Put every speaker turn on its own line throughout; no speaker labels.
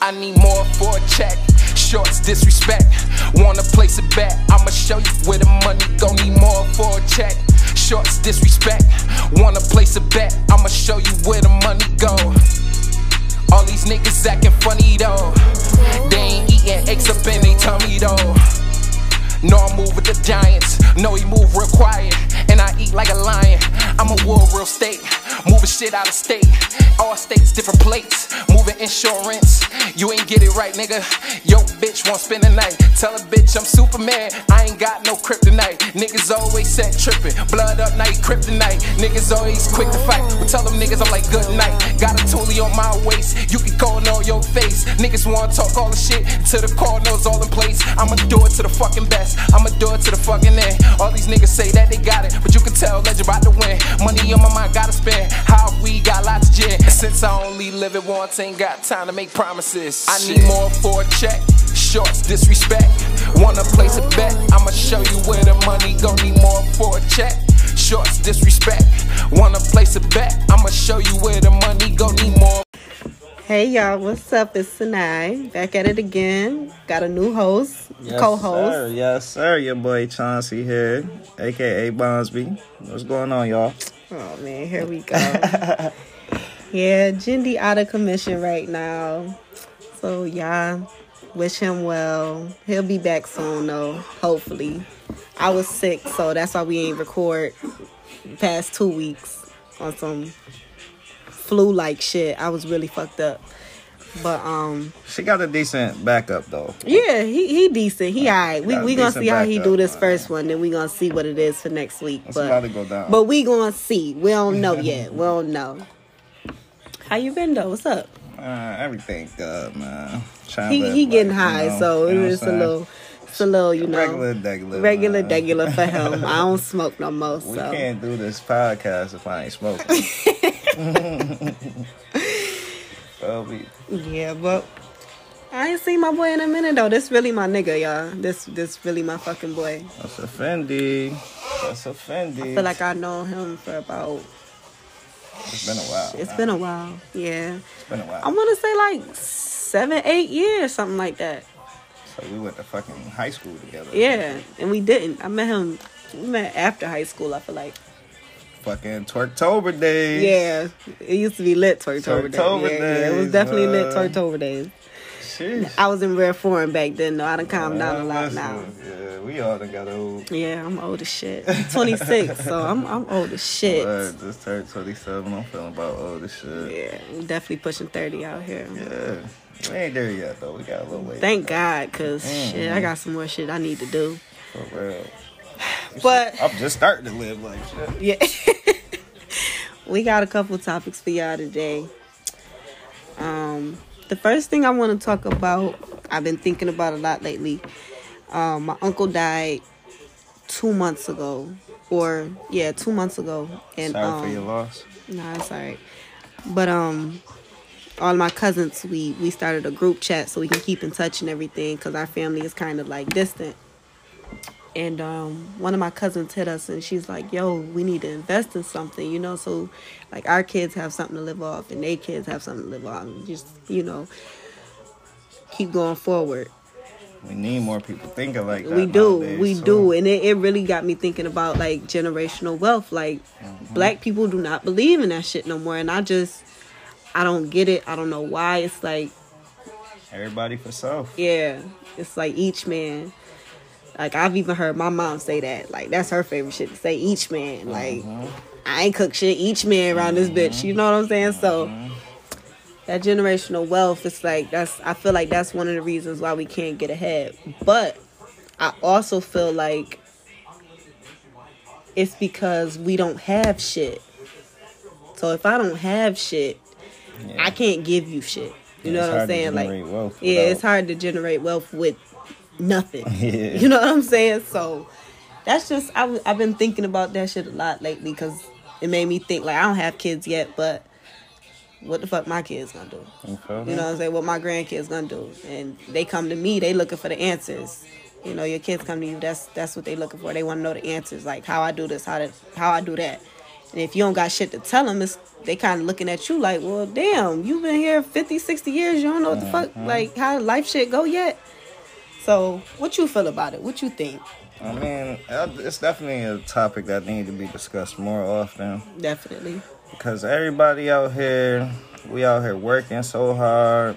I need more for a check. Shorts disrespect, wanna place a bet. I'ma show you where the money gon' need more for a check. Shorts disrespect, wanna place a bet. I'ma show you where the money go. All these niggas acting funny though. They ain't eating eggs up in they tummy though. No, I move with the giants. No, he move real quiet. And I eat like a lion. I'm a war real state. Moving shit out of state. All states, different plates. Moving insurance. You ain't get it right, nigga. Yo, bitch, won't spend the night. Tell a bitch I'm Superman. I ain't got no kryptonite. Niggas always set tripping. Blood up night, kryptonite. Niggas always quick to fight. But tell them niggas I'm like, good night. Got a toolie on my waist. You can go and on your face. Niggas wanna talk all the shit till the Cardinals all in place. I'ma do it to the fucking best. I'ma do it to the fucking end. All these niggas say that they got it, but you can tell legend about to win. Money on my mind, gotta spend. How we got lots of gin. Since I only live it once, ain't got time to make promises. I need more for a check. Shorts disrespect. Wanna place a bet? I'ma show you where the money gon' need more for a check. Shorts disrespect. Wanna place a bet? I'ma show you where the money gon' need more.
Hey y'all, what's up? It's Sinai. Back at it again. Got a new host,
Yes,
co-host.
sir. Yes, sir. Your boy Chauncey here, aka Bonsby. What's going on, y'all?
Oh man, here we go. yeah, Jindy out of commission right now. So y'all wish him well. He'll be back soon though, hopefully. I was sick, so that's why we ain't record past two weeks on some flu like shit. I was really fucked up. But um
She got a decent backup though.
yeah, he he decent. He alright. We
got a
we gonna
decent
see how he do
backup. uh,
this first one, then we gonna see what it is for next week.
It's
but
about to go down.
but we gonna see. We don't know yet. We don't know. How you been though? What's up?
Uh, everything good, man. Trying to
He
live
he
life,
getting
you
high,
know,
so
you know
it's
what
a
I'm
little, it's a little, you know,
Regular degular,
regular,
man.
degular for him. I don't smoke no more,
saying? We
so
can't do this podcast if I ain't smoking. well, we,
yeah. But I ain't seen my boy in a minute though. This really my nigga, y'all. This this really my fucking boy.
that's a Fendi. That's a Fendi.
I feel like I known him for about.
it's been a while.
It's
man.
been a while. Yeah,
It's been a while.
I want to say like seven, eight years, something like that.
so we went to fucking high school together.
Yeah, and we didn't. I met him. We met after high school. I feel like.
Fucking Twerktober days.
Yeah, it used to be lit Tortover
Twerktober
Days. Yeah, yeah, it was
days,
definitely lit
uh,
Tortover Days.
Sheesh.
I was in rare form back then, though. I done calmed down a
Yeah,
lot
listen,
now.
Yeah, we all done got old.
Yeah, I'm old as shit. 26, so I'm I'm old as shit.
Uh, just turned 27. I'm feeling about old as shit.
Yeah, I'm definitely pushing 30 out here.
Yeah. We ain't there yet, though. We got a little way. to
Thank
go,
God, cause
Mm-hmm.
shit, I got some more shit I need to do.
For real.
But
I'm just starting to live like shit.
yeah, we got a couple topics for y'all today. Um, the first thing I want to talk about, I've been thinking about a lot lately. Um, my uncle died two months ago, or yeah, two months ago, and
Sorry
um,
for your loss.
Nah, it's all right. But um, all my cousins, we we started a group chat so we can keep in touch and everything because our family is kind of like distant. And um, one of my cousins hit us and she's like, "Yo, we need to invest in something, you know, so like our kids have something to live off and their kids have something to live off, and just you know, keep going forward."
We need more people thinking like that.
we do
nowadays,
we
too.
do and it, it really got me thinking about like generational wealth like
Mm-hmm.
black people do not believe in that shit no more and i just i don't get it i don't know why it's like
Everybody for self.
yeah it's like each man like i've even heard my mom say that like that's her favorite shit to say each man like
Mm-hmm.
i ain't cook shit each man around this bitch you know what i'm saying so
Mm-hmm.
that generational wealth it's like that's i feel like that's one of the reasons why we can't get ahead but i also feel like it's because we don't have shit so if i don't have shit
Yeah.
i can't give you shit you
Yeah,
know what
it's
i'm
hard to
saying
generate
like
wealth
yeah it's
without-
hard to generate wealth with nothing
Yeah.
you know what i'm saying so that's just I, w- i've been thinking about that shit a lot lately because it made me think like i don't have kids yet but what the fuck my kids gonna do
You feel
you know
me?
what I'm saying? What my grandkids gonna do? And they come to me, they looking for the answers. You know, your kids come to you, that's that's what they looking for. They wanna know the answers, like how I do this, how to how I do that. And if you don't got shit to tell them, it's, they kind of looking at you like, well, damn, you've been here 50, 60 years. You don't know what the fuck, like, how life shit go yet. So, what you feel about it? What you think?
I mean, uh, it's definitely a topic that needs to be discussed more often
Definitely.
because everybody out here, we out here working so hard,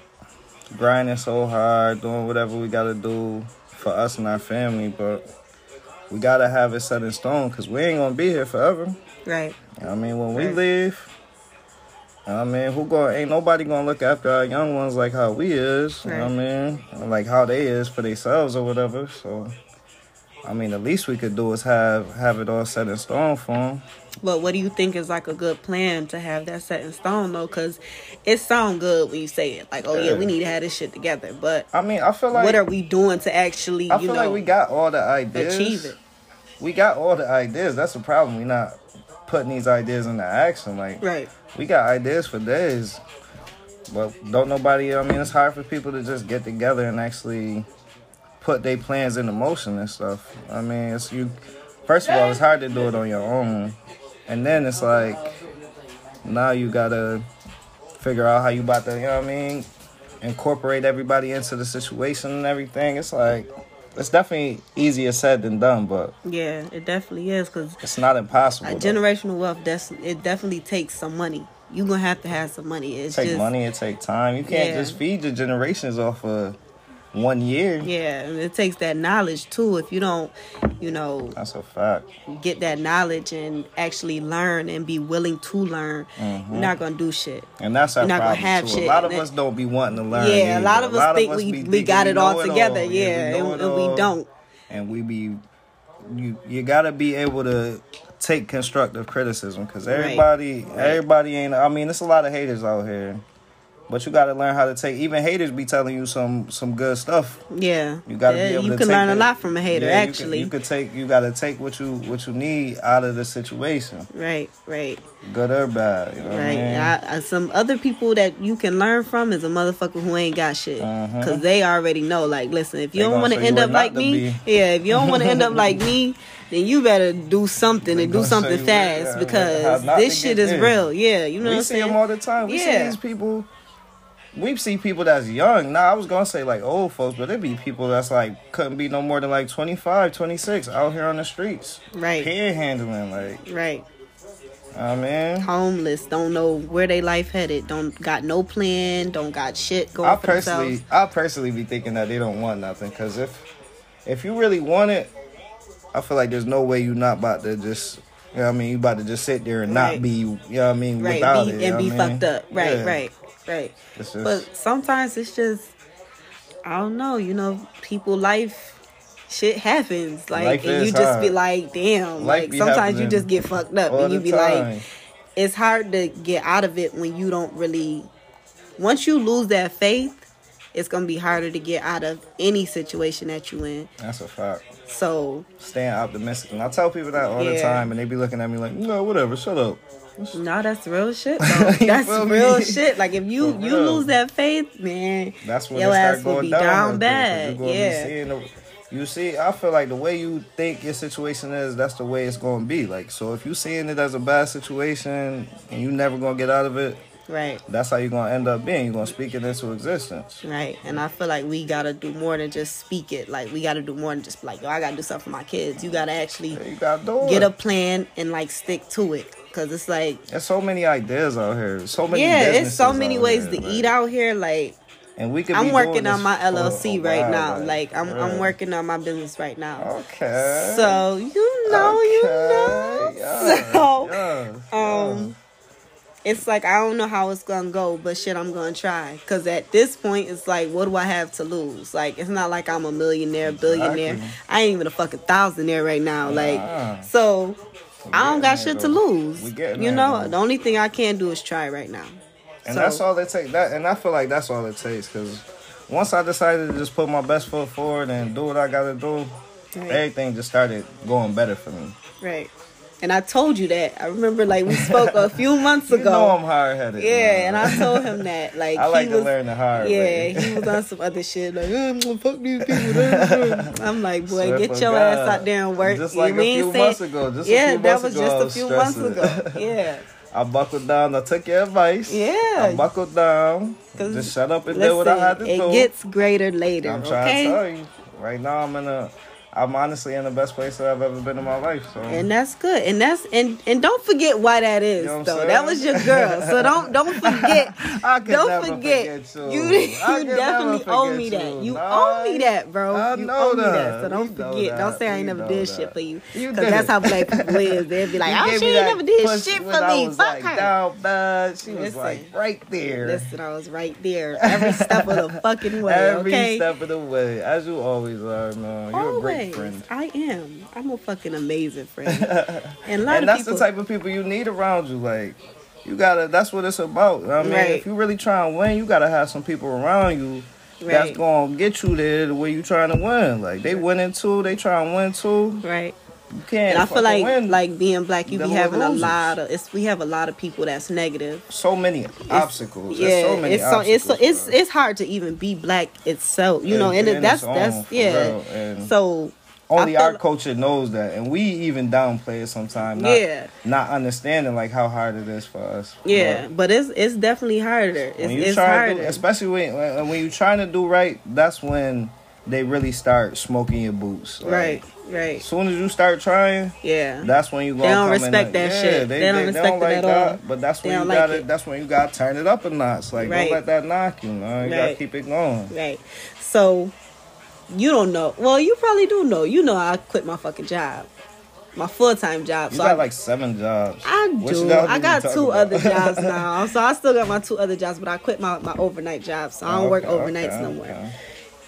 grinding so hard, doing whatever we gotta do for us and our family, but we gotta have it set in stone because we ain't gonna be here forever.
Right.
I mean, when we
Right.
leave, I mean, who going? Ain't nobody gonna look after our young ones like how we is. You know what I mean, Or like how they is for themselves or whatever. So, I mean, the least we could do is have have it all set in stone for them.
But what do you think is like a good plan to have that set in stone though? Because it sound good when you say it, like, oh yeah, we need to have this shit together. But
I mean, I feel like
what are we doing to actually,
I
you
feel
know,
like we got all the ideas.
achieve it?
We got all the ideas. That's the problem. We not putting these ideas into action. Like
Right.
we got ideas for days, but don't nobody. I mean, it's hard for people to just get together and actually put their plans into motion and stuff. I mean, it's you. First of all, it's hard to do it on your own, and then it's like now you gotta figure out how you about to. You know what I mean? Incorporate everybody into the situation and everything. It's like it's definitely easier said than done, but
Yeah, it definitely is because
it's not impossible.
a
though.
generational wealth. That's it. Definitely takes some money. You gonna have to have some money. It's
take
just,
money, it take time. You can't
Yeah.
just feed your generations off of one year.
Yeah, and it takes that knowledge too. If you don't, you know,
That's a fact.
get that knowledge and actually learn and be willing to learn,
Mm-hmm.
you're not gonna do shit.
And that's our
You're not gonna
problem
have
too.
shit,
a lot of
and
us
it-
don't be wanting to learn.
Yeah, a
either.
lot of us think we-
be
we
thinking
got it
know
all together,
all.
yeah,
we know
and-
it
and we
all.
don't.
And we be you you gotta be able to take constructive criticism because everybody everybody ain't. I mean, it's a lot of haters out here. But you gotta learn how to take. Even haters be telling you some some good stuff.
Yeah,
You gotta
Yeah,
be able
you
to
can
take
learn a
that-
lot from a hater.
Yeah, you can-
actually,
you could take you gotta take what you what you need out of the situation,
right, right,
good or bad. You know
right.
what I mean?
I, I, some other people that you can learn from is a motherfucker who ain't got shit
Uh-huh.
because they already know. Like, listen, if you
They
don't
gonna
want to
show you
end
where
up
not
like
to
me,
be.
yeah, if you don't want to end up like me, then you better do something
They
and do
gonna show
something
you
fast
where- yeah, how
because
not
this
to
shit
get
is
there.
real. Yeah, you know what
we
I'm
see them
saying.
all the time. We see
Yeah.
these people. We see people that's young. Now I was gonna say like old folks, but it be people that's like couldn't be no more than like 25, 26 out here on the streets,
Right.
Panhandling, like
Right.
I mean.
Homeless, don't know where they life headed, don't got no plan, don't got shit going
I
for
personally,
themselves.
I personally be thinking that they don't want nothing. Cause if, if you really want it, I feel like there's no way you not about to just, you know what I mean, you about to just sit there and not
Right.
be, you know what I mean,
Right,
without
be,
it,
and
you know
be
what I mean?
fucked up. Right,
Yeah.
right, right.
It's just-
But sometimes it's just I don't know, you know, people life shit happens. Like
Life
and
is
you just be
hard.
like, damn.
Life
like
be
sometimes you
happening
just get fucked up
all
and you
the
be
time.
like it's hard to get out of it when you don't really once you lose that faith, it's gonna be harder to get out of any situation that you in.
That's a fact.
So
Staying optimistic, and I tell people that all the
Yeah.
time, and they be looking at me like, no, whatever, shut up.
No, that's real shit. Though.
You
That's
feel me?
real shit. Like if you
For
you
real.
lose that faith, man,
That's when
your
it start
ass
going
will be
down,
down,
right there,
bad.
'cause you gonna be
Yeah,
seeing the- you see, I feel like the way you think your situation is, that's the way it's gonna be. Like, so if you seeing it as a bad situation and you never gonna get out of it,
right,
that's how you're gonna end up being. You're gonna speak it into existence.
right. And I feel like we gotta do more than just speak it. Like we gotta do more than just be like yo, I gotta do something for my kids. You gotta actually
You gotta do it.
get a plan and like stick to it. Cause it's like
There's so many ideas out here. So many.
yeah, it's so
businesses
many
out
ways
here,
to
like,
eat out here. Like
And we could. be
I'm
doing
working on
this
my
for a
LLC right
while,
now. Like I'm I'm
yeah.
working on my business right now.
Okay.
So you know, you know.
Okay, yes,
So,
yes, yes.
Um, it's like I don't know how it's gonna go, but shit, I'm gonna try. Cause at this point, it's like, what do I have to lose? Like, it's not like I'm a millionaire, billionaire.
Exactly.
I ain't even a fucking thousandaire right now.
Nah.
Like, so I don't got
getting there,
shit to
though.
lose.
We getting
You
there,
know,
though.
the only thing I can do is try right now.
And
So-
that's all it takes. That and I feel like that's all it takes. Cause once I decided to just put my best foot forward and do what I gotta do,
Right.
everything just started going better for me.
Right. And I told you that. I remember like we spoke a few months
You
ago.
know I'm hard headed.
Yeah, and I told him that. Like
I like
he
to
was,
learn the hard
Yeah,
way.
he was on some other shit. Like "Uh, I'm gonna fuck these people. I'm like, boy,
Swear
get
for
your
God.
ass out there and work.
Just like
We
a
ain't
few
say-
months ago. Just a
yeah,
few
that
months
was
ago,
just
I
a
was
few months
stressing.
ago. Yeah,
I buckled down. I took your advice.
Yeah.
I buckled down.
'Cause
Just shut up and
listen,
do what I had to
it
do.
gets greater later.
I'm trying
okay,
to tell you. Right now, I'm in a. I'm honestly in the best place that I've ever been in my life. So
and that's good and that's and and don't forget why that is
You know what I'm
though
saying?
that was your girl so don't don't forget
I could
don't
never
forget,
forget you.
you
I
you
could never
definitely owe
forget
me that
you.
you
Nah,
owe me that bro
I
you
know
owe me
that.
that so don't
You know
forget
that.
don't say I ain't
You
never
know
did
that.
shit for you
You
because
did.
that's how black people is they'll be like
You
oh
gave
she
me
ain't
that
never did
push
shit
when
for
I
me
was
fuck
like,
her
down bad. She was
Listen.
like right there.
listen I was right there every step of the fucking way
Every
okay
step of the way, as you always are, man. You're a great
always
friend.
I am I'm a fucking amazing friend and a lot
And
of
that's
people
the type of people you need around you. Like, you gotta, that's what it's about. You know what I mean,
Right.
if you really try and win, you gotta have some people around you
Right.
that's gonna get you there the way you trying to win. Like, they winning too, they trying to win too.
right
You can't
And I feel
fucking
like
win.
like being black, you be
Them little
having a
losers.
lot of it's we have a lot of people that's negative.
so many obstacles.
Yeah,
There's so many
it's so
obstacles.
it's so, it's
bro.
it's hard to even be black itself, you know. And,
And-
it
and
that's
its own,
that's
for
yeah.
real, and-
so I
Only
feel
our
like-
culture knows that, and we even downplay it sometimes. Not,
Yeah.
not understanding like how hard it is for us.
yeah,
But
but it's it's definitely harder. It's,
when you
it's
try to
harder.
do, especially when when when you trying to do right, that's when they really start smoking your boots. Like,
right,
As
right,
soon as you start trying,
yeah.
that's when you gonna
They don't
come in
respect
there.
that
yeah,
shit.
They,
They don't
they
respect it
like
at
that,
all.
But that's
They
when you
don't like
gotta.
it.
That's when you gotta turn it up a notch. Like
Right.
don't let that knock you. Man. You gotta
Right.
keep it going.
Right. So you don't know. Well, you probably do know. You know, I quit my fucking job, my full time job.
You
so I
got like seven jobs.
I
Which
do.
job
I
you
got
talking
two
about?
other jobs now. So I still got my two other jobs, but I quit my, my overnight job. So I don't work
Okay,
overnights
okay,
no more.
okay.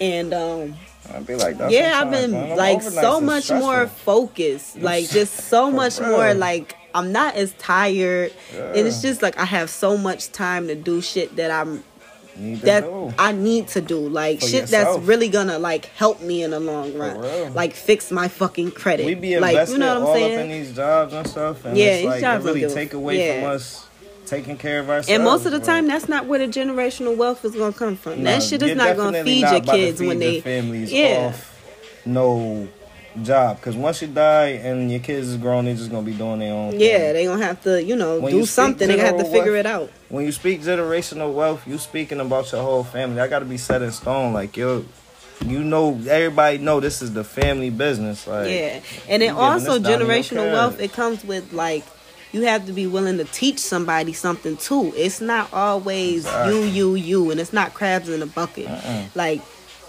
And um
I'd be like that.
yeah, I've
sometimes,
been
man. Them
like
overnights
so
is
much
stressful.
more focused. Like just so
For
much
real.
more like I'm not as tired. And it's
Yeah.
just like I have so much time to do shit that I'm
Need to
that
know.
I need to do. Like
For
shit
yourself.
that's really gonna like help me in the long
real.
run. Like fix my fucking credit.
we be invested
like you know what I'm
all
saying?
up in these jobs and stuff, and
Yeah,
it's
these
like
jobs
it really
don't do-
take away
yeah.
from us taking care of ourselves.
And most of the
bro.
time, that's not where the generational wealth is gonna come from.
No,
that shit is
you're
not gonna
definitely
feed
not
your
about to
kids
feed
when
your
they,
families
yeah,
off no job because once you die and your kids is grown, they're just gonna be doing their own.
yeah,
Thing.
they gonna have to, you know,
When
do
you speak
something. They gonna have to
general
figure
wealth-
it out.
When you speak generational wealth, you speaking about your whole family. I gotta be set in stone. Like yo, you know, everybody know this is the family business. Like
yeah, and
you
then
giving
also
this down to your
generational wealth.
kids.
It comes with like you have to be willing to teach somebody something too. It's not always you, you, you, and it's not crabs in a bucket. Like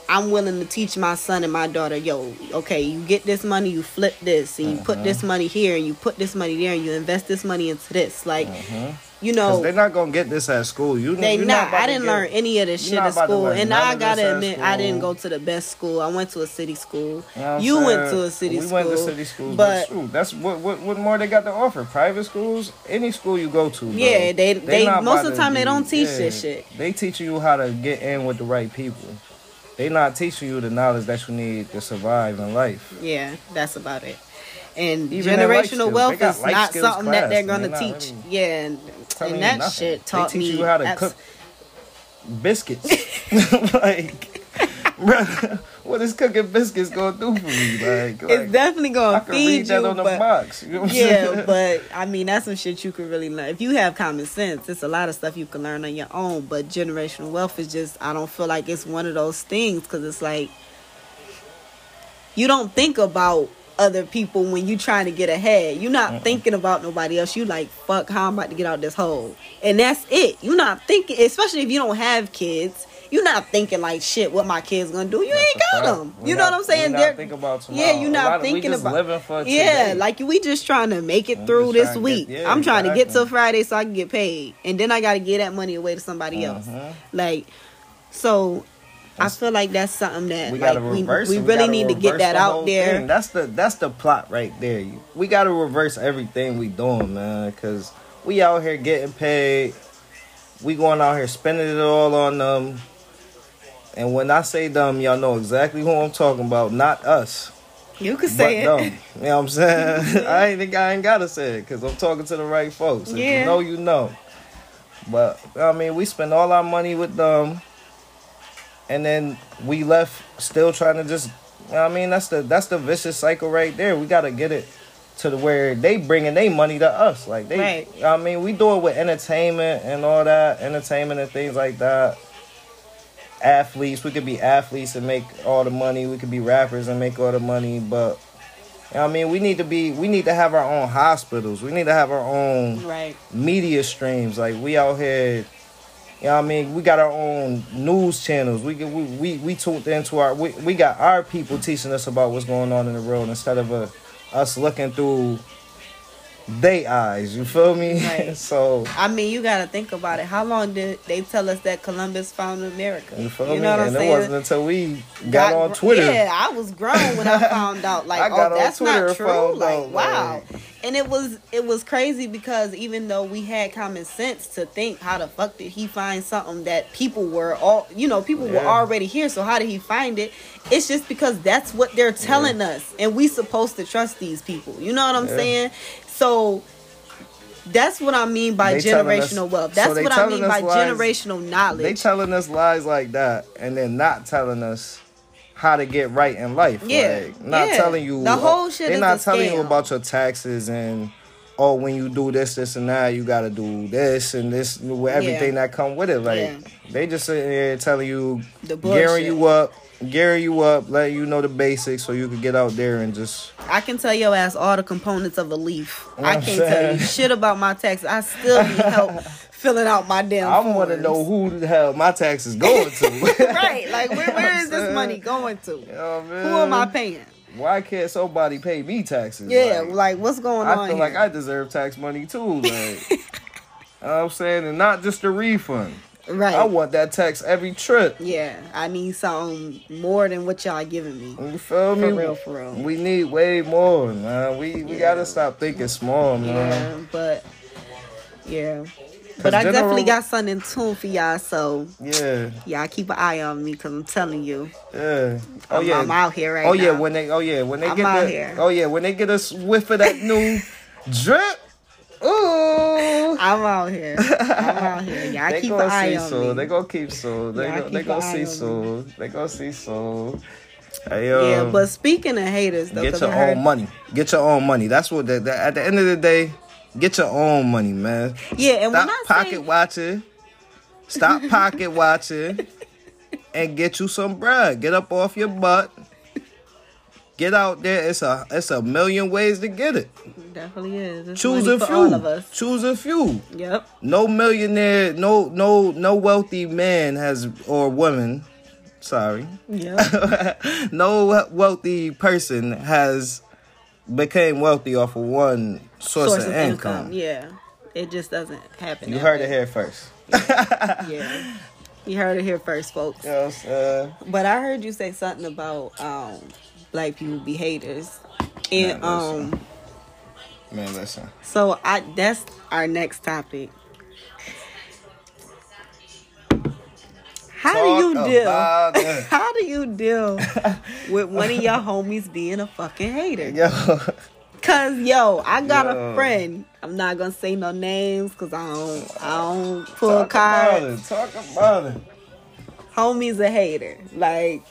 I'm willing to teach my son and my daughter, yo, okay, you get this money, you flip this, and you put this
Mm-hmm.
money here, and you put this money there, and you invest this money into this. Like, you
Mm-hmm. 'Cause
know,
they're not gonna get this at school. You
Oh. they
you're
not.
about
I
to
didn't
get-
learn any of this
you're
shit
not
at
about to
school,
learn
and
none
I
of this
gotta
at
admit, I didn't
school.
go to the best school. I went to a city school. You,
know what I'm
went
saying?
to a city
we
school.
went to city schools,
but
but, shoot, that's what, what what more they got to offer. Private schools, any school you go to. bro,
Yeah, they- they-
not
most of
about
the
to
time they
be-
don't teach this shit.
They teach you how to get in with the right people. They not teaching you the knowledge that you need to survive in life.
yeah, that's about it. And
Even in life skills,
generational
they
wealth
got
is
life
not
skills
something that
class,
they're
and
gonna
they're not
teach.
really
yeah, and,
Telling
and
you
that
nothing.
shit taught
they teach
me
you how to
abs-
cook biscuits. like, bro, what is cooking biscuits gonna do for me? Like, like
It's definitely
I
gonna
can
feed
read that
you,
on the
but-
box. You know what I'm
yeah,
saying?
but I mean that's some shit you could really learn. If you have common sense, it's a lot of stuff you can learn on your own. But generational wealth is just I don't feel like it's one of those things because it's like you don't think about other people when you trying to get ahead. You're not thinking about nobody else. You like fuck how I'm about to get out this hole, and that's it. You're not thinking, especially if you don't have kids. You're not thinking like shit. What my kids gonna do? You ain't
That's a
got
fact.
them.
We
You know
not-
what I'm saying?
we not
They're-
think about
Yeah,
tomorrow.
you're
A
not
lot of- we
thinking
just
about.
living for
yeah,
today.
like we just trying to make it
We
through
just
this
trying to
week.
get- yeah,
I'm trying to get
exactly.
till Friday so I can get paid, and then I gotta give that money away to somebody
Uh-huh.
else. Like, so I feel like that's something that
we
like
gotta
we,
reverse.
we
it.
really
gotta
need to get
reverse
that
the whole
out there.
thing. That's the that's the plot right there. You- We gotta reverse everything we doing, man. Cause we out here getting paid. We going out here spending it all on them. And when I say them, y'all know exactly who I'm talking about. Not us.
You could say
but
it.
No, you know what I'm saying? I ain't think I ain't gotta say it because I'm talking to the right folks. If
Yeah.
you know, you know. But I mean, we spend all our money with them, and then we left still trying to just. you know what I mean, that's the that's the vicious cycle right there. We gotta get it to the where they bringing their money to us. Like they,
Right.
you know what I mean, we do it with entertainment and all that, entertainment and things like that. Athletes, we could be athletes and make all the money. We could be rappers and make all the money, but you know what I mean, we need to be, we need to have our own hospitals. We need to have our own
Right.
media streams. Like we out here, you know what I mean? We got our own news channels. We get- we we, we tuned into our we, we got our people teaching us about what's going on in the world instead of uh, us looking through they eyes. You feel me?
Right.
so
I mean, you gotta think about it. How long did they tell us that Columbus found America?
you feel me?
know what I'm
and
saying?
it wasn't until we got, on
gr-
Twitter.
Yeah, I was grown when I found out. Like,
I got
oh,
on
that's
Twitter
not
and
true.
found
like,
out,
wow.
like-
And it was it was crazy because even though we had common sense to think, how the fuck did he find something that people were all you know people were
Yeah.
already here? So how did he find it? It's just because that's what they're telling us, and we supposed to trust these people. You know what I'm
Yeah.
saying? So. That's what I mean by
They telling us-
generational wealth.
so
That's
they
what I
telling
mean by
us lies.
generational
They
knowledge.
telling us lies like that, and then not telling us how to get right in life.
Yeah,
like, not
yeah.
telling you
The whole shit
They're
is
not
a
telling you
scam.
about your taxes and oh, when you do this, this, and that, you got to do this and this with everything that come with it. Like
Yeah.
they just sitting there telling you,
The bullshit.
gearing you up, gearing you up, letting you know the basics so you can get out there and just
I can tell your ass all the components of a leaf.
know
I
what I'm
can't tell you
saying?
shit about my taxes. I still need help filling out my damn.
I want to
forms.
know who the hell my taxes going to.
right? Like, where, where is this money going to?
Oh,
Who am I
man.
paying?
Why can't somebody pay me taxes?
Yeah, like what's going on?
I feel like
here?
I deserve tax money too. Like, you know what I'm saying, and not just a refund.
right.
I want that tax every trip.
yeah, I need something more than what y'all giving me.
You feel me?
real, for real.
We need way more, man. We we gotta stop thinking small, man.
Yeah, but yeah, but I
general-
definitely got something in tune for y'all. So
Yeah,
y'all keep an eye on me because I'm telling you,
yeah. Oh
I'm,
yeah.
I'm out here right
oh
now.
yeah. When they. Oh yeah. When they
I'm
get
out
that.
here.
Oh yeah. When they get a whiff of that new drip. Ooh.
I'm out here. I'm out here. Y'all
they
keep
gonna
an eye
see
on
so.
me.
They gonna keep so. They
Yeah, I
gonna, they
keep
gonna
an eye
see
on
so. They gonna see so. Hey,
yeah,
um,
but speaking of haters, though,
Get
'cause
your
I heard,
own money. Get your own money. That's what that, that- at the end of the day, get your own money, man.
yeah, and when
Stop
I
pocket
say,
watching. Stop pocket watching and get you some bread. Get up off your butt. Get out there. It's a it's a million ways to get it.
definitely is. It's
Choose
money
a
for
few.
all of us.
Choose a few.
Yep.
No millionaire, no no no wealthy man has or woman, sorry,
Yep.
no wealthy person has became wealthy off of one source,
Source
of,
of
income.
income. Yeah. It just doesn't happen.
You
that
heard
way.
it here first.
Yeah. You heard it here first, folks.
You know what I'm saying?
But I heard you say something about um, black people be haters, and
Nah, listen.
um,
Man, listen.
So I that's our next topic. How do you
Talk
deal?
about it.
How do you deal with one of your homies being a fucking hater?
Yo,
Cause yo, I got a
Yo.
friend. I'm not gonna say no names because I don't I don't pull
talk about
cards.
it. Talk about it.
Homie's a hater. Like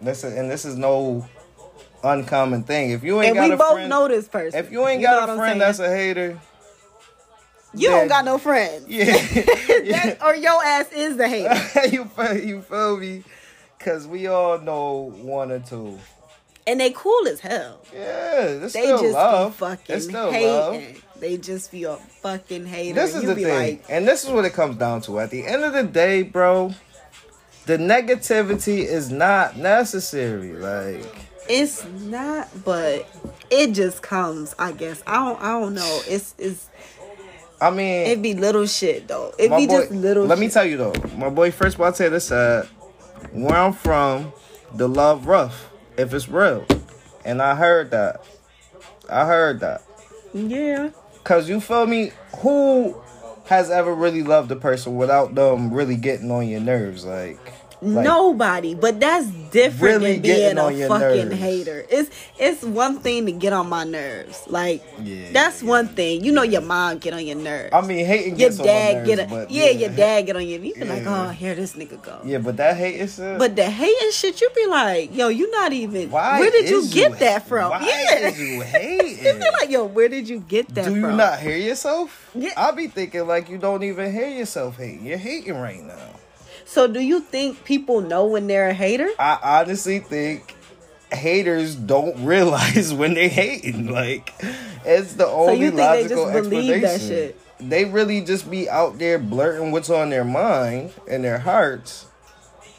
This is, and this is no uncommon thing. If you
and
ain't got
we
a
both
friend,
know this person.
if you ain't
know
got
what
a
I'm
friend
saying?
that's a hater,
you don't got
that-
no friends.
yeah,
That- or your ass is the hater.
you feel, you feel me? Cause we all know one or two.
And they cool as hell.
Yeah, it's
They
still
just
love.
be fucking
it's still
hating.
love.
They just be a fucking hater.
This is
you
the
be
thing,
like,
and this is what it comes down to. At the end of the day, bro, the negativity is not necessary. Like,
it's not, but it just comes. I guess I don't. I don't know. It's it's
I mean,
it be little shit though. It be just little.
Let me
shit.
tell you though, my boy. First of all, I tell you this: uh, where I'm from, the love rough if it's real, and I heard that. I heard that.
Yeah.
Cause you feel me? Who has ever really loved a person without them really getting on your nerves? Like, Like-
Nobody, but that's different
Really
than
getting
being
on
a
your
fucking
nerves.
hater. It's it's one thing to get on my nerves, like
Yeah,
that's
yeah,
one thing. You know your mom get on your nerves.
I mean, hating
your
gets on my
dad
nerves,
get on,
but
yeah, your dad get on your. You be like,
Yeah.
oh, here this nigga go.
Yeah, but that hate is uh,
But the hating shit, you be like, yo, you not even. where did you
is
get that from?
Why
yeah,
is you
you
hating?
be like, yo, where did you get that?
Do you
from?
not hear yourself?
Yeah.
I be thinking like you don't even hear yourself hating. You're hating right now.
So do you think people know when they're a hater?
I honestly think haters don't realize when they hating. Like it's the only
you think they just
logical
believe that
explanation.
shit?
They really just be out there blurting what's on their mind and their hearts,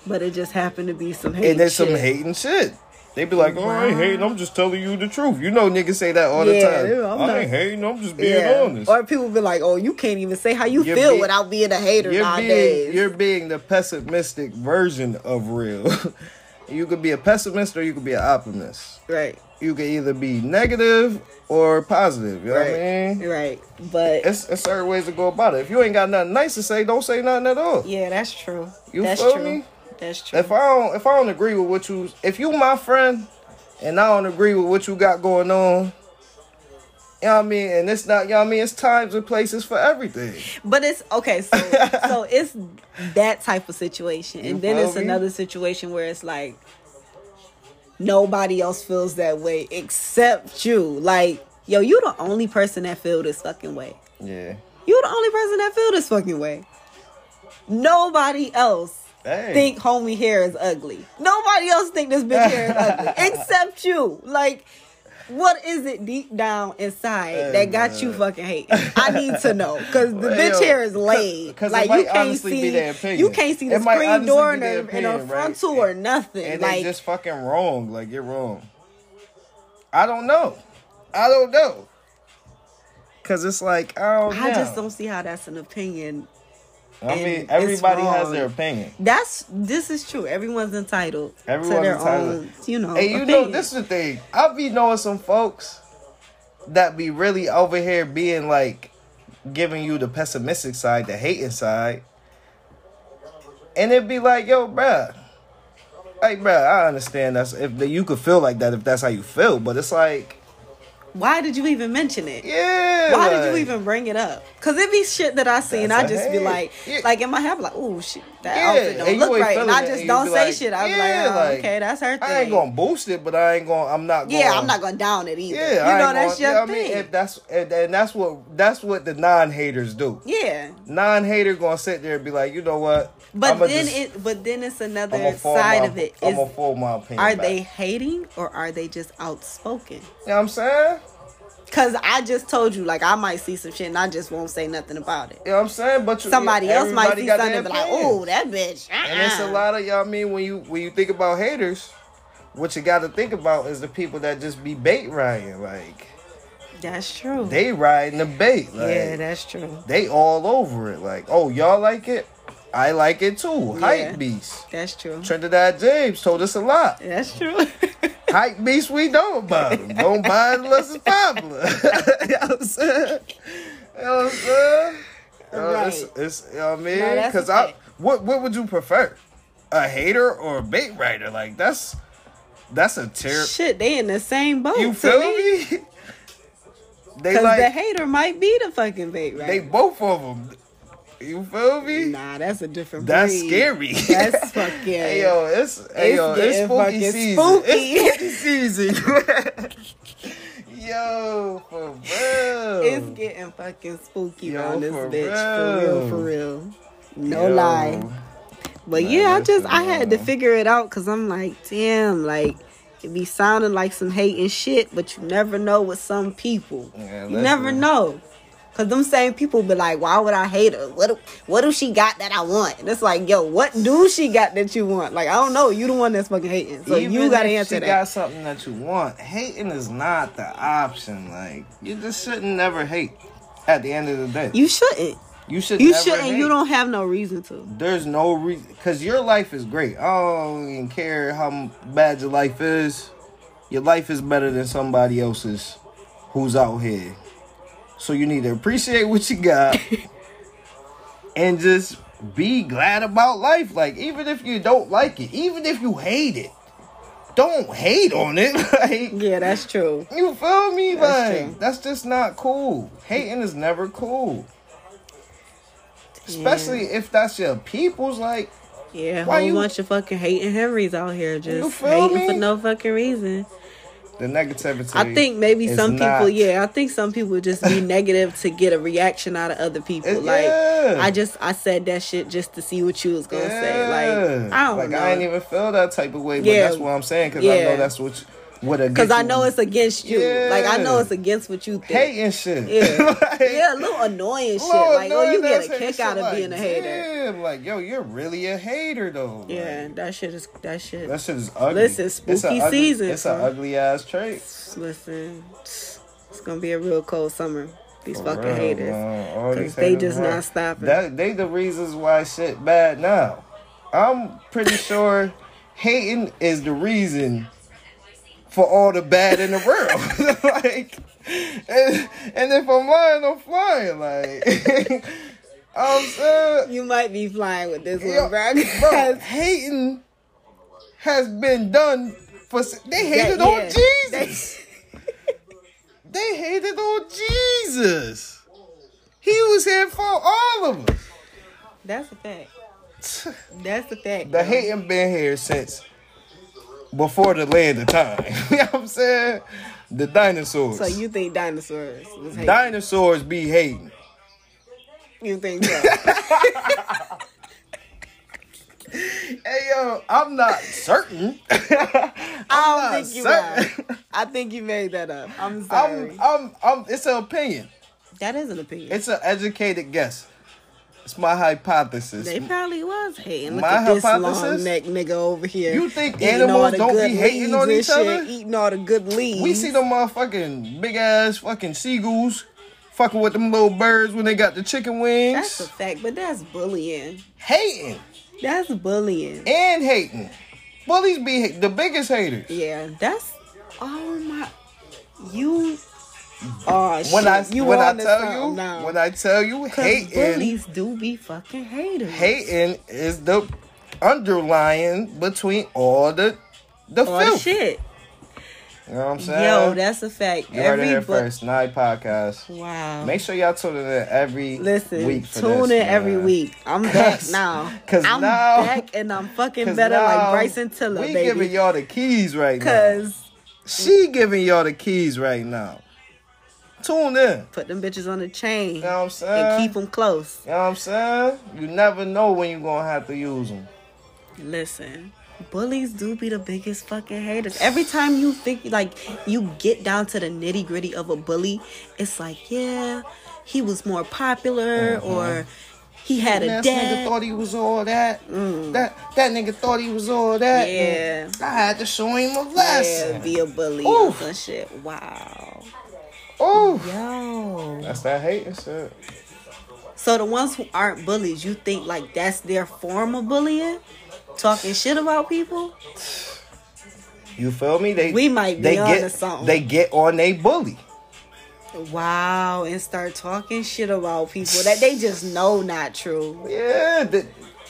But it just happened to be some hate.
and there's some
shit.
hating shit. They be like, "Oh, I ain't hating. I'm just telling you the truth." You know, niggas say that all
Yeah,
the
yeah,
time.
I'm
I
not-
ain't hating. I'm just being honest.
Or people be like, "Oh, you can't even say how you
You're
feel
being-
without being a hater
you're
nowadays."
being you're being the pessimistic version of real. you could be a pessimist or you could be an optimist.
right,
you can either be negative or positive. You know what I
right,
mean?
right. But
It's, it's certain ways to go about it. If you ain't got nothing nice to say, don't say nothing at all.
yeah, that's true.
You
that's
feel
true.
me?
That's true.
If I don't if I don't agree with what you if you my friend and I don't agree with what you got going on, you know what I mean? And it's not you know what I mean, it's times and places for everything.
But it's okay, so so it's that type of situation,
You
and then it's
feel me?
another situation where it's like nobody else feels that way except you. Like, yo, you the only person that feel this fucking way.
Yeah.
You the only person that feel this fucking way. Nobody else
Hey.
think homie hair is ugly. Nobody else think this bitch hair is ugly except you. Like, what is it deep down inside that got you fucking hating? I need to know because the
Well,
bitch
yo,
hair is laid.
'cause- 'cause it
like
might
you can't
honestly be their
see,
opinion.
you can't see the
It might
screen
honestly
door
be
and
their
her and her
opinion, right?
frontal or nothing.
And
like
they just fucking wrong. Like you're wrong. I don't know. I don't know. Cause it's like I don't
I
know.
just don't see how that's an opinion.
I
and
mean,
it's
everybody has
wrong.
their opinion.
That's this is true. Everyone's entitled to
Everyone's
their
entitled.
own, you know.
Hey, you know,
opinion.
this is the thing. I be knowing some folks that be really over here being like giving you the pessimistic side, the hating side, and it be like, yo, bruh. Like, bruh, I understand that's if that you could feel like that if that's how you feel, but it's like,
Why did you even mention it?
yeah.
Why did you
like-
even bring it up? Cause it be shit that I see, and I
That's a
just be
hate.
like,
Yeah.
like in my head, I'm like, oh shit, that
Yeah,
outfit don't
and you
look
ain't
right, and
feeling
I
it,
just
and you
don't
be
say
like,
shit. I'm
yeah,
like, oh,
like,
okay, that's her thing.
I ain't gonna boost it, but I ain't gonna. I'm not. Gonna,
yeah, I'm not gonna down it either.
Yeah, I
you know
ain't
that's
gonna,
your
yeah, I mean,
thing.
if that's and, and that's what that's what the non-haters do.
yeah,
Non-hater gonna sit there and be like, you know what?
but
I'ma
then
just-
it, but then it's
I'ma
another
form
side
my-
of it.
I'ma
Is,
form my opinion.
are
back.
they
You
hating or are they just outspoken?
know what I'm saying?
Cause I just told you, like I might see some shit, and I just won't say nothing about it.
You know what I'm saying? But you,
Somebody
yeah,
else might
everybody
see
got their
something and be like,
opinions.
oh, that bitch. Uh-uh.
And it's a lot of y'all. mean, when you when you think about haters, what you got to think about is the people that just be bait riding. Like
That's true.
they riding the bait. Like,
yeah, that's true.
they all over it. Like, oh, y'all like it? I like it too. Hype beast.
That's true.
Trinidad James told us a lot.
That's true.
Hype beast, we know about him. Don't buy it unless it's popular. you know what I'm saying? You know what I'm saying? You know, it's,
Right.
it's, you know what I mean?
No, that's
Because
a
I,
fact.
what, what would you prefer? A hater or a bait writer? Like, that's, that's a tear.
Shit, they in the same boat. to
You feel
me.
me? they
Cause the
like,
hater might be the fucking bait, right?
they both of them. You feel me?
nah, that's a different.
That's
breed.
scary.
That's fucking.
Hey yo, it's hey
It's
yo, it's
getting
spooky
fucking
season.
spooky.
It's spooky season. yo, for real.
It's getting fucking spooky
Yo,
around this
for
bitch. For real,
real.
for real. No
Yo.
lie. But
Nah,
yeah, I
that's
just
for
I had to
real.
figure it out because I'm like, damn, like it be sounding like some hate and shit, but you never know with some people.
Yeah,
you never
listen.
know. Cause them same people be like, why would I hate her? What do, what do she got that I want? And it's like, yo, what do she got that you want? Like I don't know. You the one that's fucking hating, so
Even
you gotta
if
answer
she
that.
got something that you want. Hating is not the option. Like you just shouldn't never hate. At the end of the day, you,
you shouldn't.
should.
You
never
shouldn't. You
hate.
don't have no reason to.
There's no reason because your life is great. I don't even care how m- bad your life is. Your life is better than somebody else's who's out here. So you need to appreciate what you got and just be glad about life. Like even if you don't like it, even if you hate it, don't hate on it. like
Yeah, that's true.
you feel me?
That's
like
true.
that's just not cool. Hating is never cool. Especially if that's your people's like
Yeah,
Why
whole
you-
bunch of fucking hating Henrys out here just
feel
hating
me?
for no fucking reason.
the negativity.
I think maybe
is
some
not-
people, yeah, I think some people just be negative to get a reaction out of other people.
It-
like,
yeah.
I just, I said that shit just to see what you was gonna say. Like, I don't
like
know.
I didn't even feel that type of way, but
Yeah.
that's what I'm saying because I
Yeah.
know that's what you, what a
Cause I know it's against you. Like I know
Yeah.
it's against what you think.
hating shit.
Yeah,
Like,
yeah, a little annoying shit.
Lord,
like, oh,
knowing
you
that
get a
type
kick
shit,
out of
like,
being a hater.
Damn, like yo, you're really a hater though. Like,
Yeah, that shit is that shit.
that shit is ugly.
Listen,
It's a
spooky
ugly-
season,
It's an
son.
ugly ass trait.
Listen, it's gonna be a real cold summer. These fucking
Real,
haters.
man. All these
'Cause they
haters,
just
man.
not stopping.
That they the reasons why shit bad now. I'm pretty sure hating is the reason for all the bad in the world. like, and, and if I'm lying, I'm flying. Like, I'm saying,
You might be flying with this
yo,
one, bro.
bro, hating has been done for. s- They hated
Yeah,
on
yeah.
Jesus. They hated on Jesus. He was here for all of us.
That's a fact. That's the fact.
The
yo.
hating been here since before the land of time. you know what I'm saying? The dinosaurs.
So you think dinosaurs was hating?
dinosaurs be hating.
you think so?
Hey yo, I'm not certain.
I
I'm
don't think you
not
right.
certain.
I think you made that up. I'm sorry.
I'm, I'm, I'm, it's an opinion.
that is an opinion.
It's an educated guess. It's my hypothesis.
They probably was hating. Look
My
at this
hypothesis-
long neck nigga over here.
You think
eating
animals
all the
don't
good
be hating
leaves
on
and
each other?
Eating all the good leaves.
We see them motherfucking big ass fucking seagulls fucking with them little birds when they got the chicken
That's a
wings.
fact, but that's bullying.
hating
That's bullying.
and hating. Bullies be ha- the biggest haters.
Yeah, that's. Oh my. You. Oh shit.
When I
you
when I
on to
tell
something
you
now.
when I tell you
'Cause
hating
bullies do be fucking haters.
hating is the underlying between all the the
all the
filth.
shit.
You know what I'm saying?
Yo, that's a fact.
you heard it here
bu-
first. Night podcast.
Wow.
Make sure y'all tune in every
Listen,
week. for
tune
this,
in every
man.
week. I'm back
'Cause-
now.
'cause
I'm
now-
back and I'm fucking
'Cause
better like
now
Bryson Tiller,
We giving
baby.
y'all the keys right now.
Because
She giving y'all the keys right now. Tune in. You know
put them bitches on the chain
what I'm saying?
and keep them close.
You know what I'm saying? You never know when you're gonna have to use them.
Listen. Bullies do be the biggest fucking haters. Every time you think like you get down to the nitty gritty of a bully, it's like, yeah, he was more popular or he had a
Uh-huh. That nigga
dad. Mm.
thought he was all that. That that nigga thought he was all that.
Yeah.
I had to show him a
yeah,
lesson.
be a bully or
Oof.
some shit. Wow.
Ooh.
Yo.
That's that hating shit.
So the ones who aren't bullies, you think like that's their form of bullying? Talking shit about people?
You feel me? They
We might be
they
on
get
to something.
they get on they bully.
Wow, and start talking shit about people that they just know not true.
Yeah, th-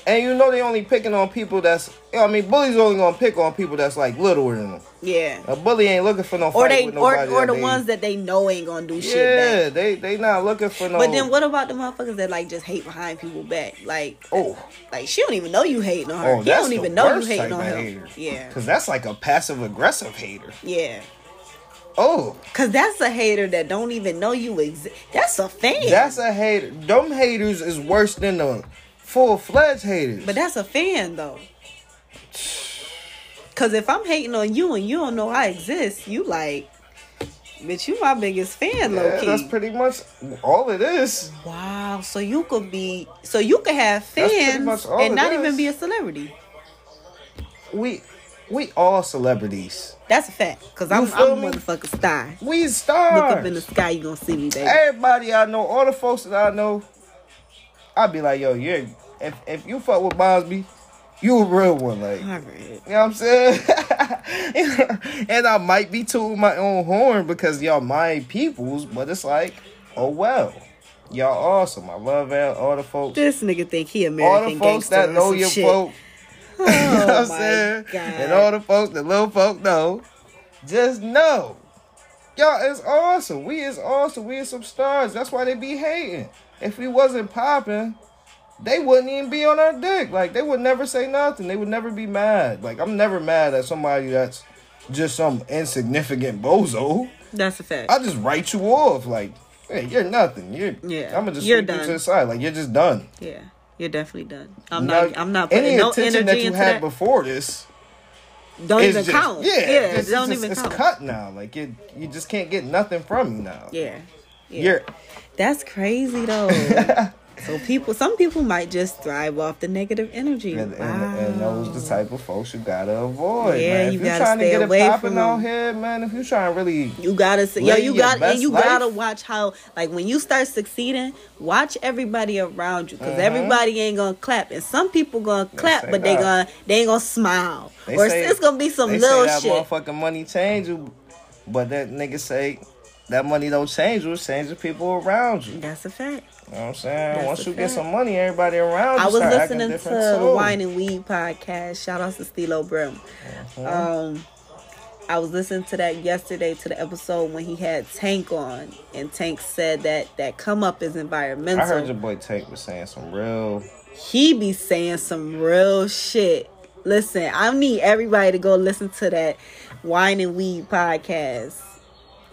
and you know they only picking on people that's. You know, what I mean, bullies only gonna pick on people that's like littler than them.
Yeah.
A bully ain't looking for no fight
Or they
with
or,
nobody.
or the
they,
ones that they know ain't gonna do shit
Yeah,
back.
they they not looking for no.
But then what about the motherfuckers that like just hate behind people back? Like
Oh.
like she don't even know you hating on her.
Oh,
he
that's
don't
the
even know you
worst
hating
type
on
of
him.
hater.
Yeah.
Cause that's like a passive aggressive hater.
Yeah.
Oh,
Cause that's a hater that don't even know you exist. That's a fan.
that's a hater. Them haters is worse than the full fledged haters.
But that's a fan though. Cause if I'm hating on you and you don't know I exist, you like, bitch, you my biggest fan,
yeah,
low key.
that's pretty much all it is.
wow. So you could be, so you could have
pretty
fans
much all
and
it
not
is.
even be a celebrity.
We we all celebrities.
That's a fact. Cause I'm,
feel
I'm
me?
a motherfucking star.
We
Look
stars.
up in the sky, you gonna see me, baby.
Everybody I know, all the folks that I know, I'd be like, yo, you're if if you fuck with Bosby, you a real one, like.
All right.
You know what I'm saying? and I might be tooting my own horn because y'all my peoples, but it's like, oh well. Y'all awesome. I love all the folks.
This nigga think he
all
American
the folks
gangster
that
or
know
some
your
shit. Oh
folk. you know what I'm
my
saying?
God.
And all the folks, the little folk know. Just know. Y'all is awesome. We is awesome. We is some stars. That's why they be hating. If we wasn't popping, they wouldn't even be on our dick. Like they would never say nothing. They would never be mad. Like I'm never mad at somebody that's just some insignificant bozo.
That's a fact.
I just write you off. Like, hey, you're nothing. You're
Yeah.
I'm gonna just
You're
sweep you
done.
to the side. Like you're just done.
yeah, you're definitely done. I'm
Now,
not. I'm not
any
putting no
attention
energy
that you
into
had
that.
before this.
don't
is
even
just-
count.
Yeah,
Yeah,
it's,
don't
it's-
even
it's
count.
cut now. Like you, you just can't get nothing from you now.
Yeah. yeah.
You're
That's crazy though. so people, some people might just thrive off the negative energy. wow.
and, and, and those the type of folks you gotta avoid.
Yeah,
man. If
you
are
gotta
trying to
stay
get
away
it
from
popping
them.
out here, man. If you're trying to really
You gotta say, yo,
Live
you
your
got
best
and you
life.
gotta watch how like when you start succeeding, watch everybody around you because
Mhm.
everybody ain't gonna clap, and some people gonna clap,
say
but they
that.
gonna they ain't gonna smile,
They
or
say-
it's gonna be some
they
little
say that
shit.
motherfucking money change you, but that nigga say that money don't change you. It changes people around you.
That's a fact.
You know what I'm saying?
That's
Once
a
you get
fact.
some money, everybody around you
I was
start acting
listening to
different
the
too.
Wine and Weed podcast. Shout out to Stilo Brim.
Mm-hmm.
Um, I was listening to that yesterday to the episode when he had Tank on, and Tank said that that come up is environmental.
I heard your boy Tank was saying some real.
he be saying some real shit. Listen, I need everybody to go listen to that Wine and Weed podcast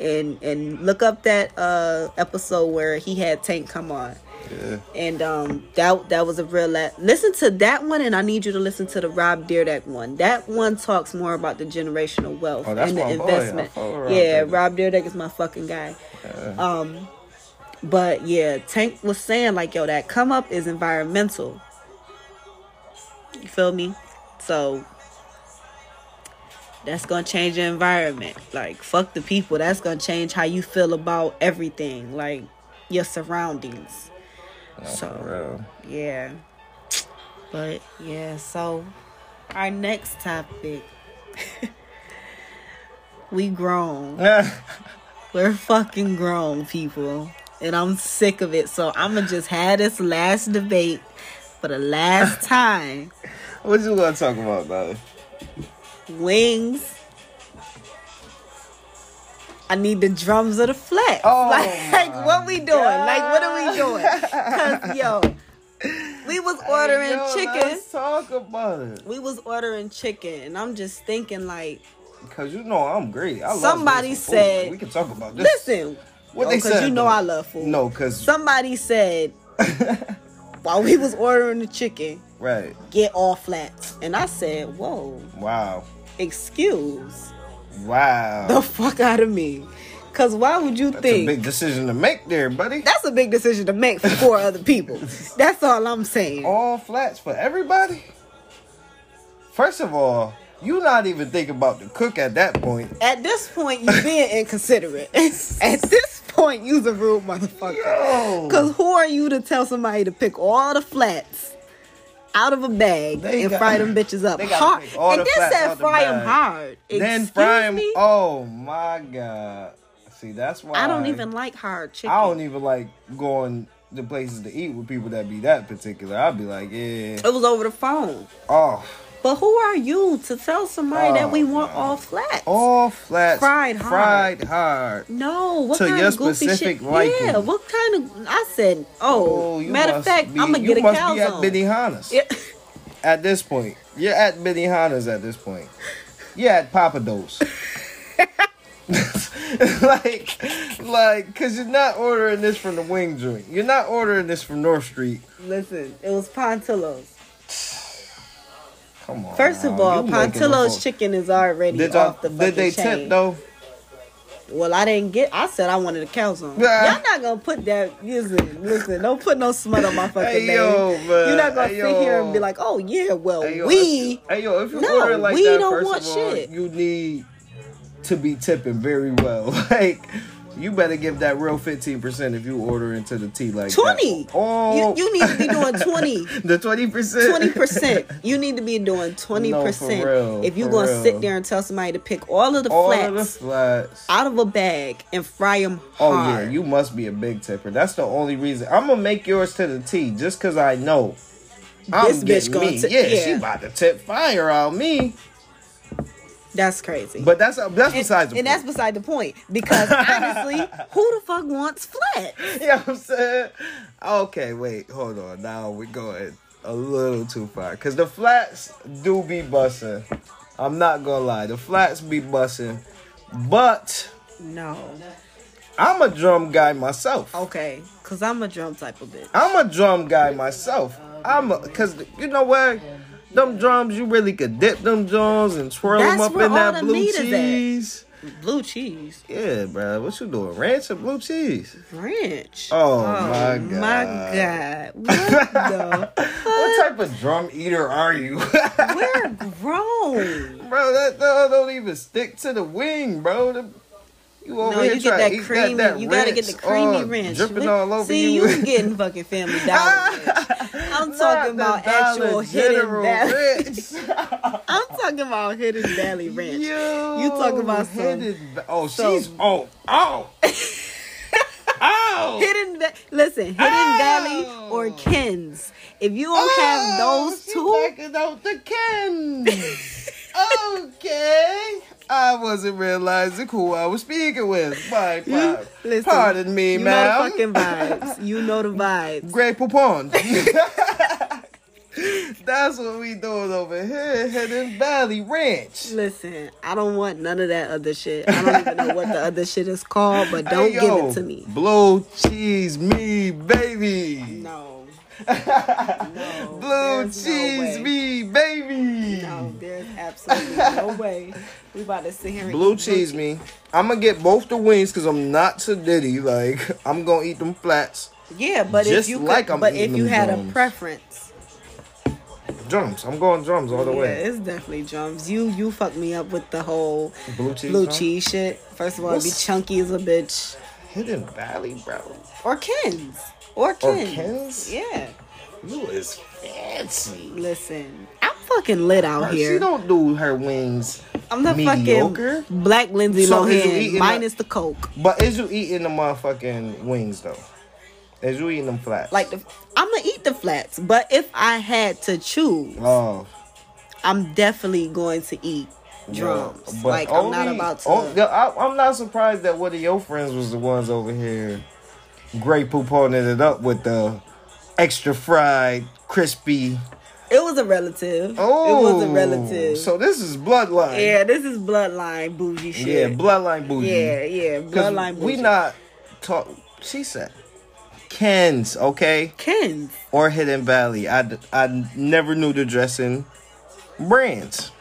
and and look up that uh episode where he had Tank come on.
Yeah.
And um that that was a real la- listen to that one and I need you to listen to the Rob Deerdeck one. That one talks more about the generational wealth
Oh, that's
and the
my boy. I
investment.
fuck with Rob
yeah,
Dyrdek.
Rob Deerdeck is my fucking guy. Um but yeah, Tank was saying like, yo, that come up is environmental. You feel me? So that's gonna change your environment. Like, fuck the people. That's gonna change how you feel about everything. Like your surroundings. so
Real.
yeah. But yeah, so our next topic. we grown. We're fucking grown people. And I'm sick of it. So I'ma just have this last debate for the last time.
what you gonna talk about, brother?
Wings. I need the drums of the flex.
Oh
like,
my
what we doing? Like what are we doing? Cause yo, we was ordering
Yo,
chicken.
Let's talk about it.
We was ordering chicken and I'm just thinking like,
Cause you know I'm great. I love
Somebody
me some food.
said-
we can talk about this.
listen.
What they
Oh, 'cause
said,
you know
though.
I love food.
No, cause
Somebody said while we was ordering the chicken,
right.
get all flats. And I said, Whoa,
Wow,
excuse
wow.
the fuck out of me. Cause why would you
That's a
think
big decision to make, there, buddy.
that's a big decision to make for four other people? That's all I'm saying.
all flats for everybody. First of all, you not even thinking about the cook at that point.
At this point, you being inconsiderate. At this point, you's a rude motherfucker.
Yo.
Cause who are you to tell somebody to pick all the flats out of a bag
They
and
got-
fry them bitches up
they gotta
hard?
pick all
And
the
then
flats
said
out the
fry them
bag.
hard.
then
Excuse
fry 'em-
me?
Oh my god. See, that's why
I don't even like hard chicken.
I don't even like going to places to eat with people that be that particular. I'd be like, yeah,
it was over the phone.
oh,
But who are you to tell somebody that we
Oh,
want
no.
all flats?
all flats,
Fried hard. Oh,
fried hard.
no, what
To
kind
your
of goofy
specific
shit?
liking.
Yeah, what kind of? I said, oh,
you
matter of
must
fact,
be-
I'm gonna
you
get a
must be
calzone.
at Benihana's
Yeah.
at this point. You're at Benihana's at this point. You're at Papa Do's. like, like, cause you're not ordering this from the wing joint. You're not ordering this from North Street.
Listen, it was Pontillo's.
Come on.
First of
now,
all,
you making them
Pontillo's
folks-
chicken is already
Did, y'all,
off the fucking
did they
chain.
tip though?
Well, I didn't get. I said I wanted a calzone.
Yeah.
Y'all not gonna put that. Listen, listen. Don't put no smut on my fucking
Hey,
name.
yo, man.
You're not gonna
Hey,
sit here and
yo.
be like, oh yeah, well
Hey, yo,
we.
If, hey yo, if you
No,
order like
we
that,
don't
first
want
of all,
shit.
you need to be tipping very well. Like You better give that real fifteen percent if you order into the tea like that.
20.
Oh,
You, you need to be doing 20.
the twenty percent.
20%. You need to be doing 20%.
real,
if you're
for
going to sit
real.
there and tell somebody to pick all of the
All
flats
of the flats.
out of a bag and fry them
Oh
hard.
yeah, you must be a big tipper. That's the only reason. I'm gonna make yours to the T, just cause I know. I'm
This
this
bitch
getting
gonna
me.
tip-
yeah,
yeah.
she about to tip fire on me.
That's crazy.
But that's that's besides the
and that's beside the point because honestly, who the fuck wants flat?
point. You know what I'm saying? Okay, wait, hold on. Now we're going a little too far, cause the flats do be bussing. I'm not gonna lie, the flats be bussing, but
No.
I'm a drum guy myself.
Okay, cause I'm a drum type of bitch.
I'm a drum guy myself. I'm a, cause you know what? Them drums, you really could dip them drums and twirl
That's
them up
where
in
all the
that blue
meat is at.
cheese.
Blue cheese
Yeah, bro. What you doing? Ranch and blue cheese?
ranch.
Oh, my god.
My god, what the?
What type of drum eater are you?
We're grown.
bro, that dog don't even stick to the wing, bro. The- you over
No,
here
you get
trying
that
to eat
creamy.
that
you gotta get the
ranch,
creamy
oh,
ranch.
Dripping
Look-
all over
See,
you.
was getting fucking Family Dollar. bitch. I'm talking
Not
about
the
actual
Dollar
hidden
General
valley.
ranch.
I'm talking about hidden valley ranch.
Yo,
You talk about some-
hidden ba- oh
some-
she's oh oh oh
Hidden Va- listen, Hidden
Oh.
Valley or Kins. If you don't
oh,
have those
she
two,
Backing out the Ken. okay, I wasn't realizing who I was speaking with. My, my
listen,
pardon me,
you know
ma'am.
the fucking vibes. You know the vibes.
Grey Poupon. That's what we doing over here, Hidden Valley Ranch.
Listen, I don't want none of that other shit. I don't even know what the other shit is called, but don't
Hey, yo,
give it to me.
Blue cheese, me baby.
No. no
Blue
there's no
cheese
way.
me, baby.
No, there's absolutely no way. We about to sit here and
Blue
eat
cheese me. I'm gonna get both the wings because I'm not so ditty. Like I'm gonna eat them flats.
Yeah, but if
Just
you
like
could,
I'm
but
eating
if you
them
had
drums.
a preference,
Drums. I'm going drums all the
yeah,
way.
it's definitely drums. You you fucked me up with the whole
Blue cheese.
blue
drum?
cheese shit. First of all, it'd be
What's-
chunky as a bitch.
Hidden Valley, bro.
Or Kins. Or
Or
Kins.
Kins?
Yeah.
You is fancy.
Listen, I'm fucking lit out
Bro,
here.
She don't do her wings.
I'm the
mediocre.
fucking black Lindsay
So is you
Lohan
eating
minus the coke.
But is you eating the motherfucking wings though? Is you eating them flats?
Like the, I'm gonna eat the flats, but if I had to choose,
oh.
I'm definitely going to eat drums.
Yeah,
like I'm not about to.
on- yeah, I, am not surprised that one of your friends was the ones over here, great pooponing it up with the extra fried, crispy.
It was a relative.
Oh,
it was a relative.
So this is bloodline.
yeah, this is bloodline bougie
yeah,
shit.
bloodline bougie.
Yeah, yeah,
'Cause
bloodline bougie.
We not talk. She said. Ken's, okay,
Kens.
or Hidden Valley. I, d- I never knew the dressing brands.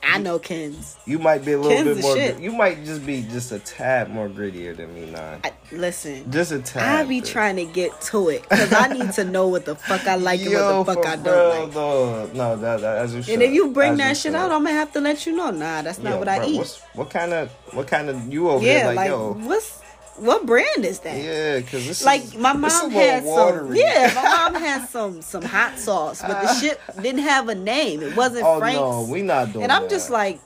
I know Kens.
You might be a little
Ken's
bit
the
more.
shit.
You might just be just a tad more grittier than me, nine.
I, listen,
Just a tad.
I be
bit.
trying to get to it because I need to know what the fuck I like and
Yo,
what the fuck
for
I
real,
don't like.
though. No, that, that, as you should.
And if you bring
As
that
you
shit
should.
out, I'm gonna have to let you know. Nah, that's not
Yo,
what
bro,
I eat.
what's- What kind of what kind of you over
Yeah,
there?
like,
Like, yo,
what's what brand is that?
yeah, because this
Like
is,
my
this is a
mom
little
had some,
watery.
yeah. My mom had some some hot sauce, but the shit didn't have a name. It wasn't
Oh
Frank's,
no, we not doing.
and I'm
that.
just like,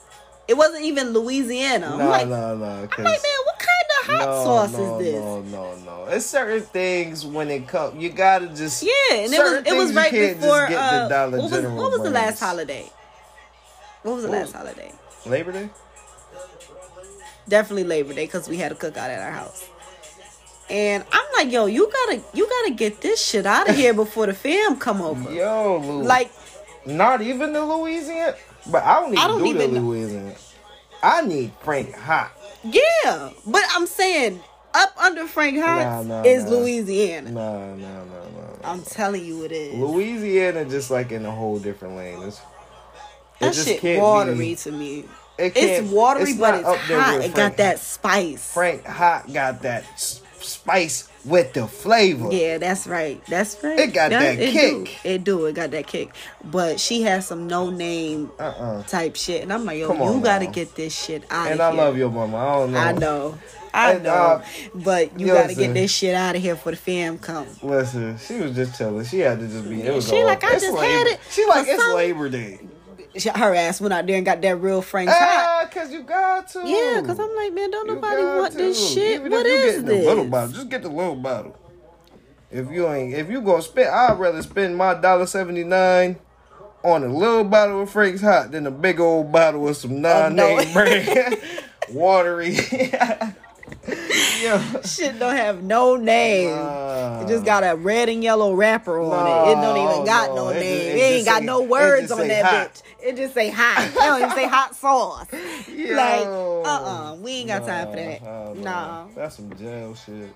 it wasn't even Louisiana.
no,
I'm like,
no, no.
I'm like, man, what kind of hot sauce
no,
is this?
No, no, no. It's certain things when it comes. You gotta just
Yeah, and it was
certain
it was
things
right
you can't
before
Just get
uh,
the Dollar
what was
General
what was the last
brands.
holiday? What was the
What
last
was-
holiday?
Labor Day.
definitely Labor Day because we had a cookout at our house. And I'm like, yo, you gotta you gotta get this shit out of here before the fam come over.
Yo, Lou.
Like,
Not even the Louisiana. But I don't even
I don't
do
even
the
know.
Louisiana. I need Frank hot.
yeah. But I'm saying up under Frank Hines
Nah, nah,
is
nah.
Louisiana.
No, no, no, no. no.
I'm telling you it is.
Louisiana just like in a whole different lane. It's, it
that
just
shit
can't
watery
be-
to me.
it can't-
It's watery,
it's
but
not
it's
up there
hot.
with
It
Frank
got that spice.
Frank hot got that s- spice with the flavor.
Yeah, that's right. That's right.
It got that
it
kick.
Do. It do. It got that kick. But she has some no name
Uh-uh.
type shit, and I'm like, yo,
Come on
you gotta
now.
get this shit out. of
And I
here.
love your mama. I don't know.
I know. I
And,
know.
uh,
but you
yo,
gotta get
listen.
this shit out of here for the fam come.
Listen, she was just telling. She had to just be. It was
She
all-
like, I
it's
just
labor.
had it
She like
for
it's
some-
Labor Day.
She- Her ass went out there and got that real Frank hot.
Ah, cause you got to.
Yeah, because I'm like, man, don't
You
nobody
got
want this
to.
shit.
Even
What
if you
is
getting The little
this?
bottle. Just get the little bottle. If you ain't, if you gonna spend, I'd rather spend my dollar seventy nine on a little bottle of Frank's Hot than a big old bottle with some non name
Oh, no.
brand watery. Yo.
Shit don't have no name. It just got a red and yellow wrapper on it. It don't even
No,
got
no,
no
it just-
name.
it
It, ain't
just
got
say-
no
it
words
just
on
say
that
hot.
bitch. It just say hot. it don't even say hot sauce. Like,
Yo.
uh uh we ain't got time for that.
Nah, nah,
nah,
Oh, That's some jail shit.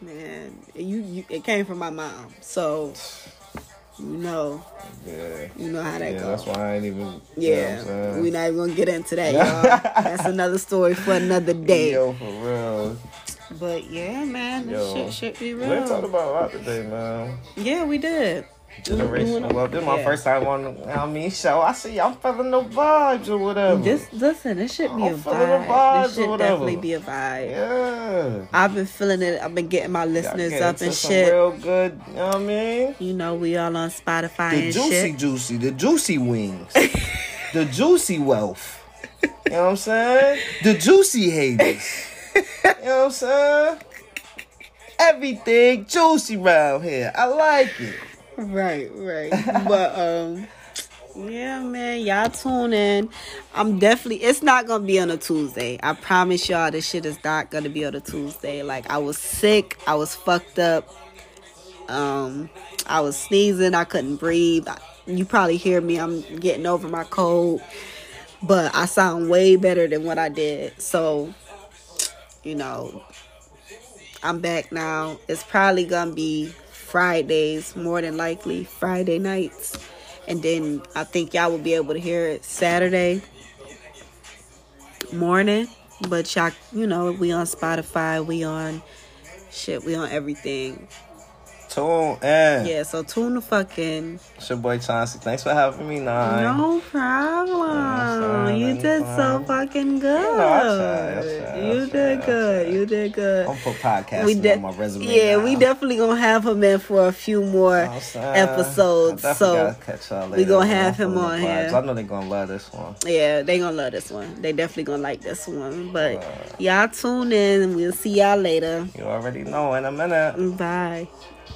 man. You, you, it came from my mom. So, you know,
Yeah.
you know how that
Yeah,
goes.
that's why I ain't even.
yeah,
you know what I'm
we're
saying?
not even gonna get into that, y'all. That's another story for another day.
Yo, for real.
But yeah, man, this
Yo.
shit should be
We talked
real.
about a lot today, man.
Yeah, we did.
Generational love. This is my
Mm-hmm. Yeah.
first time on the I mean show. I see y'all feeling the vibes or whatever.
Just listen, it should be a
Mm. I'm feeling the
vibe.
vibes
This
or
should
whatever.
definitely be a vibe.
yeah.
I've been feeling it. I've been getting my
Y'all
listeners
get
up
into
and
some
shit.
Real good. You know what I mean,
you know, we all on Spotify
the
and
juicy,
shit.
juicy, the juicy wings, the juicy wealth. You know what I'm saying? The juicy haters. you know what I'm saying? Everything juicy round here. I like it.
Right, right. but um, yeah, man, y'all tune in. I'm definitely. It's not gonna be on a Tuesday. I promise y'all, this shit is not gonna be on a Tuesday. Like I was sick. I was fucked up. Um, I was sneezing. I couldn't breathe. I, you probably hear me. I'm getting over my cold, but I sound way better than what I did. So, you know, I'm back now. It's probably gonna be Fridays, more than likely Friday nights, and then I think y'all will be able to hear it Saturday morning. But y'all, you know, we on Spotify, we on shit, we on everything.
Tune in.
Yeah, so tune the fucking.
It's your boy Chauncey. Thanks for having me, Nine.
No
Yeah,
problem.
sorry,
You did so
anytime.
fucking
I tried, I
good.
tried, I
You did
tried, I
good.
tried.
You did good.
I'm put podcasting
we de-
on my resume.
Yeah,
now.
we definitely gonna have him in for a few more
You know what I'm saying?
episodes.
I definitely
So
gotta catch y'all
we
later,
gonna
man. I'm
have him
feeling the
on here.
vibes. I know they gonna love this one.
yeah, they gonna love this one. They definitely gonna like this one. But y'all tune in and we'll see y'all later.
You already know in a minute.
Bye.